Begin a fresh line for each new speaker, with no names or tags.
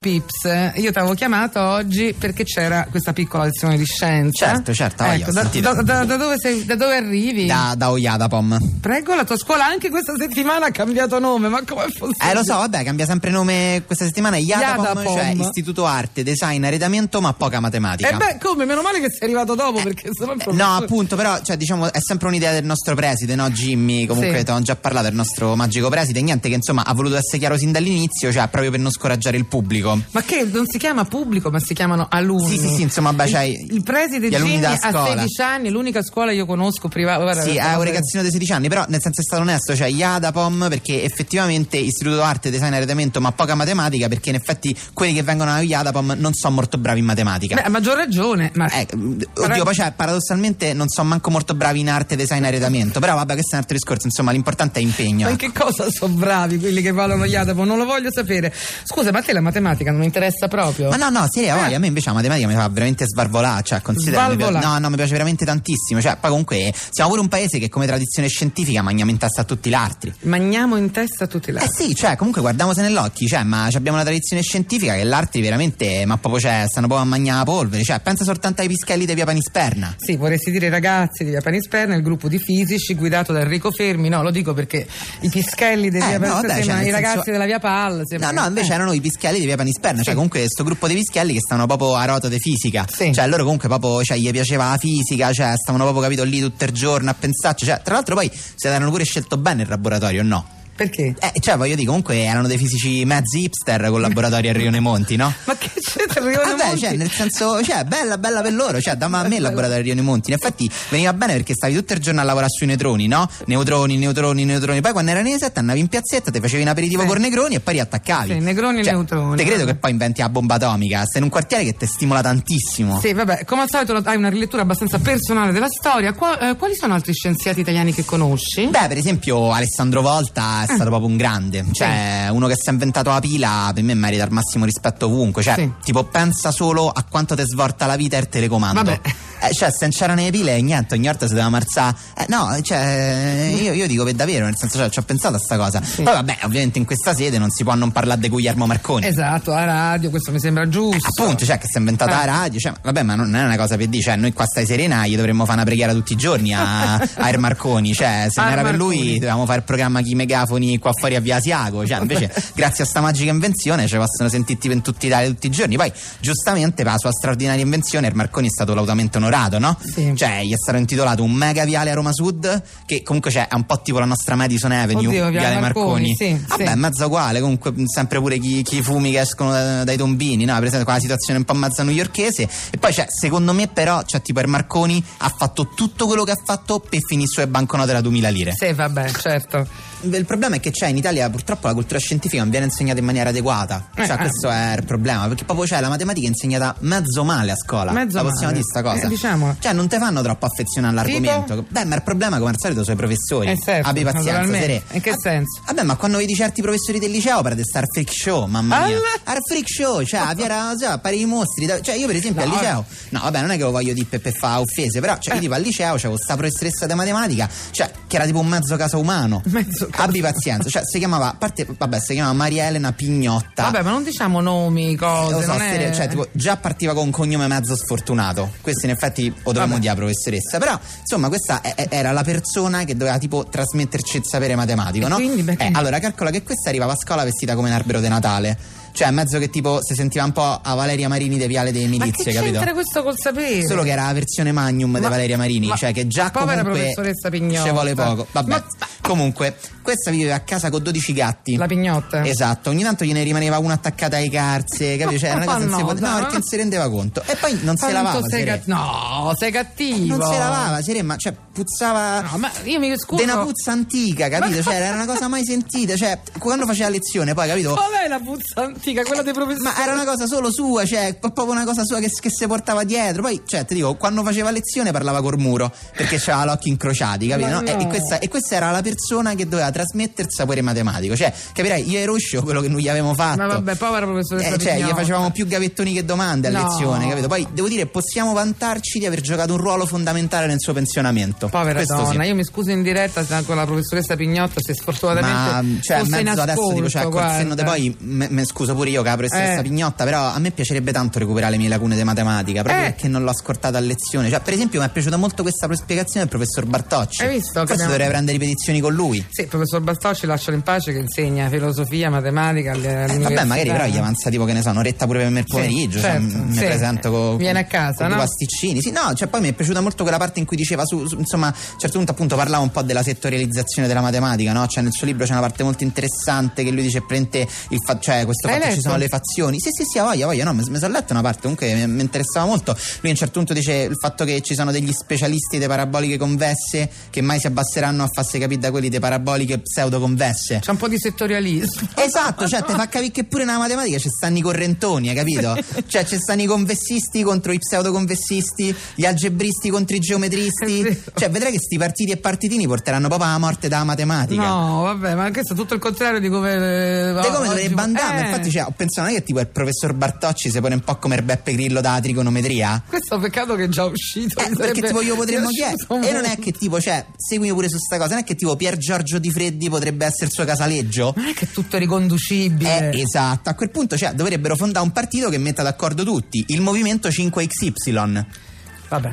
Pips, io ti avevo chiamato oggi perché c'era questa piccola lezione di scienza.
Certo, certo, vai,
Ecco, da,
senti,
da- da- da dove sei- da dove arrivi?
da, da Oyadapom.
Prego, la tua scuola anche questa settimana ha cambiato nome, ma come possibile?
Eh lo so, vabbè, cambia sempre nome questa settimana. Iadapom,
Iadapom.
cioè istituto arte, design, arredamento, ma poca matematica.
E Eh, beh, come? Meno male che sei arrivato dopo perché sennò il
Eh, No,
professore-
appunto, però cioè, diciamo, è sempre un'idea del nostro preside, no, Jimmy? Comunque,
Sì.
te ne ho già parlato del nostro magico preside. Niente, che insomma ha voluto essere chiaro sin dall'inizio, cioè proprio per non scoraggiare il pubblico.
Ma che non si chiama pubblico, ma si chiamano alunni.
Sì, sì, sì, insomma, beh, c'hai
Il, il preside
gli alunni
Gini
della
ha
scuola.
16 anni, l'unica scuola io conosco privata. guarda,
Sì, è
guarda,
un ragazzino di 16 anni, però nel senso è stato onesto, cioè Iadapom perché effettivamente istituto arte, design, arredamento, ma poca matematica, perché in effetti quelli che vengono a Iadapom non sono molto bravi in matematica.
Beh, a maggior ragione, ma
Eh, mh, oddio, poi cioè, paradossalmente non sono manco molto bravi in arte, design e arredamento, però vabbè, questo è un altro discorso, insomma, l'importante è impegno.
Ma in che cosa sono bravi quelli che parlano gli Adamo? Non lo voglio sapere. Scusa, ma a te la matematica non interessa proprio?
Ma no, no, sì,
Eh.
voglia, a me invece la matematica mi fa veramente sbarvolare, cioè considera mi piace-
Svalvolà.
No, no, mi piace veramente tantissimo, cioè poi comunque siamo pure un paese che come tradizione scientifica mangiamo in testa a tutti gli altri.
Magniamo in testa tutti là.
Eh sì, cioè comunque guardiamose nell'occhio, cioè, ma ci abbiamo una tradizione scientifica che l'arte veramente, ma proprio cioè, stanno proprio a mangiare la polvere, cioè pensa soltanto ai pischelli di via Panisperna.
Sì, vorresti dire ragazzi di Via Panisperna, il gruppo di fisici guidato da Enrico Fermi. No, lo dico perché i pischelli di
Eh,
Via
no,
Panisperna,
vabbè, cioè,
sembrano i
nel senso-
ragazzi della Via Pal.
No,
sembrano-
no, invece
Eh.
erano i pischelli di via Panisperna, cioè comunque questo gruppo di pischelli che stavano proprio a rota di fisica.
Sì.
Cioè loro comunque proprio, cioè, gli piaceva la fisica, cioè stavano proprio capito lì tutto il giorno a pensarci, cioè tra l'altro poi se l'erano pure scelto bene il laboratorio, no?
Perché?
Eh, cioè voglio dire, comunque erano dei fisici mezzi hipster con laboratori a Rione Monti, no?
Ma che c'entra il Rione
Vabbè,
Monti?
cioè, nel senso, cioè, bella, bella per loro. Cioè, da ma a me il laboratorio Rione Monti. In effetti veniva bene perché stavi tutto il giorno a lavorare sui neutroni, no? Neutroni, neutroni, neutroni. Poi quando erano i set andavi in piazzetta, ti facevi un aperitivo
Sì.
con negroni e poi riattaccavi.
Sì, negroni e
Cioè,
neutroni.
Te credo
Vabbè.
che poi inventi la bomba atomica. Sei in un quartiere che ti stimola tantissimo.
Sì, vabbè, come al solito hai una rilettura abbastanza personale della storia. Qua- eh, quali sono altri scienziati italiani che conosci?
Beh, per esempio, Alessandro Volta è
Ah.
stato proprio un grande, cioè uno che si è inventato la pila, per me merita il massimo rispetto ovunque, cioè
Sì.
tipo pensa solo a quanto ti svolta la vita e il telecomando.
Vabbè.
Eh, cioè, se non c'erano le pile, niente, ogni volta si doveva marzare. Eh, no, cioè, io, io dico per davvero, nel senso, cioè, ci ho pensato a sta cosa. Poi, vabbè, ovviamente in questa sede non si può non parlare di Guglielmo Marconi.
Esatto, a radio, questo mi sembra giusto.
Appunto, cioè, che si è inventata
Eh.
la radio, cioè, vabbè, ma non è una cosa per dire, cioè, noi qua stai serenai dovremmo fare una preghiera tutti i giorni a, a Er Marconi, cioè, se non
Ar
era per
Marconi.
lui dovevamo fare il programma chi megafoni qua fuori a Via Asiago, cioè, invece, grazie a sta magica invenzione ci possono sentirti in tutta Italia tutti i giorni. Poi, giustamente, per la sua straordinaria invenzione, Er Marconi è stato lautamente onorato, no?
Sì.
Cioè, gli è stato intitolato un mega viale a Roma Sud, che comunque cioè, è un po' tipo la nostra Madison Avenue,
Oddio, Viale Marconi, sì,
Vabbè,
sì.
ma mezzo uguale, comunque mh, sempre pure chi, chi i fumi che escono da- dai tombini, no? Per esempio, qua la situazione è un po' mezza newyorkese. E poi, cioè, secondo me, però, cioè, tipo, il Marconi ha fatto tutto quello che ha fatto per finire sulle banconote da 2000 lire.
Sì, vabbè, certo.
Il problema è che c'è in Italia purtroppo la cultura scientifica non viene insegnata in maniera adeguata.
Eh,
Cioè,
eh.
questo è il problema. Perché proprio c'è la matematica è insegnata mezzo male a scuola.
Mezzo
la possiamo
male.
dire sta cosa.
Eh, diciamola.
Cioè, non te fanno troppo affezione all'argomento.
Tipo?
Beh, ma il problema, come al solito, sono i professori.
Eh, certo,
Abbi pazienza,
naturalmente.
Sere.
In che
Ah,
senso?
Vabbè, ma quando vedi certi professori del liceo parate star freak show, mamma mia.
Al-
Al freak show, cioè, a Piera, cioè, a pari i mostri. da- Cioè, io per esempio
No, Eh.
al liceo. No, vabbè, non è che lo voglio dire per, per fa offese, però, cioè, io tipo al liceo c'avevo sta professoressa di matematica, cioè, che era tipo un mezzo caso umano.
Mezzo caso.
Abbi pazienza, cioè, si chiamava, a parte, vabbè, si chiamava Maria Elena Pignotta.
Vabbè, ma non diciamo nomi, cose.
Lo so,
non
serio,
è...
cioè, tipo, già partiva con un cognome mezzo sfortunato. Questo, in effetti, o dovremmo
Vabbè.
dire alla professoressa. Però, insomma, questa è- è- era la persona che doveva, tipo, trasmetterci il sapere matematico,
E
no?
quindi, beh,
Eh,
quindi.
allora, calcola che questa arrivava a scuola vestita come un albero di Natale. Cioè, mezzo che, tipo, si sentiva un po' a Valeria Marini dei Viale dei
ma
Milizie,
che
capito?
c'entra questo col sapere?
Solo che era la versione magnum di
Ma-
Valeria Marini,
ma-
cioè che già
povera
comunque
professoressa Pignotta.
Ci vuole poco. Vabbè.
Ma-
comunque, questa viveva a casa con 12 gatti.
La pignotta?
Esatto, ogni tanto gliene rimaneva una attaccata ai carze, capito? Cioè, era una cosa che non si
No,
poteva. No,
dai.
perché non si rendeva conto. E poi non si
Quanto
lavava.
sei
Sere.
gat- No, sei cattivo.
Non si lavava, Sere, ma cioè puzzava.
No, ma io mi scuso.
De una puzza antica, capito?
Ma-
Cioè, era una cosa mai sentita. Cioè, quando faceva lezione, poi, capito?
Qual è la puzza antica? Quella dei professori?
Ma era una cosa solo sua, cioè, p- proprio una cosa sua che, che si portava dietro. Poi, cioè, ti dico, quando faceva lezione parlava col muro perché c'aveva gli occhi incrociati, capito?
Ma
no? E-
no.
E, questa, e questa era la persona che doveva trasmettere il sapore matematico. Cioè, capirai, io e Ruscio quello che noi gli avevamo fatto.
Ma vabbè, povera professoressa.
Eh, cioè, gli
Pignotta.
facevamo più gavettoni che domande a
No.
lezione, capito? Poi devo dire, possiamo vantarci di aver giocato un ruolo fondamentale nel suo pensionamento.
Povera
Questo
donna,
sì.
io mi scuso in diretta se con la professoressa Pignotta se
Ma
sfortunatamente
cioè, a
fosse in
mezzo adesso
ascolto,
dico, cioè, col senno
guarda.
di poi, me, me scuso pure io, capro, stessa
Eh.
pignotta, però a me piacerebbe tanto recuperare le mie lacune di matematica, proprio
Eh.
perché non l'ho ascoltata a lezione. Cioè, per esempio, mi è piaciuta molto questa spiegazione del professor Bartocci.
Hai visto che
Forse
abbiamo-
dovrei prendere ripetizioni con lui.
Sì, il professor Bastocci lascialo in pace che insegna filosofia, matematica alle-
Eh,
all'università.
vabbè, magari però gli avanza tipo che ne so, un'oretta pure per me il
Sì,
pomeriggio. cioè,
certo,
m- mi
sì.
presento con.
Viene a casa,
con due
no?
pasticcini. Sì, no, cioè poi mi è piaciuta molto quella parte in cui diceva, su, su- insomma, a un certo punto appunto parlava un po' della settorializzazione della matematica, no? Cioè nel suo libro c'è una parte molto interessante che lui dice prende il fa- cioè questo
L'hai
fatto che ci
letto?
sono le fazioni. Sì, sì, sì, a voglia, a voglia, no, mi mi sono letto una parte comunque mi, mi interessava molto. Lui a un certo punto dice il fatto che ci sono degli specialisti di paraboliche convesse che mai si abbasseranno a farsi capire da quelli di paraboliche pseudoconvesse.
C'è un po' di settorialismo.
Esatto, cioè ti fa capire che pure nella matematica ci stanno i correntoni, hai capito? Cioè ci stanno i convessisti contro i pseudoconvessisti, gli algebristi contro i
È
geometristi.
vero.
Cioè vedrai che sti partiti e partitini porteranno proprio alla morte dalla matematica.
No, vabbè, ma questo è tutto il contrario di come. eh,
Te
Di
come dovrebbe andare?
eh.
Infatti, cioè, ho pensato non è che tipo il professor Bartocci si pone un po' come il Beppe Grillo da trigonometria?
Questo è un peccato che è già uscito.
Eh,
mi
perché
sarebbe
tipo io potremmo chiedere
piaciuto
e non
molto.
è che tipo cioè seguimi pure su sta cosa non è che tipo Pier Giorgio Di Freddi potrebbe essere il suo casaleggio
Ma non è che è tutto riconducibile.
Eh, esatto, a quel punto cioè, dovrebbero fondare un partito che metta d'accordo tutti, il movimento 5XY.
Vabbè,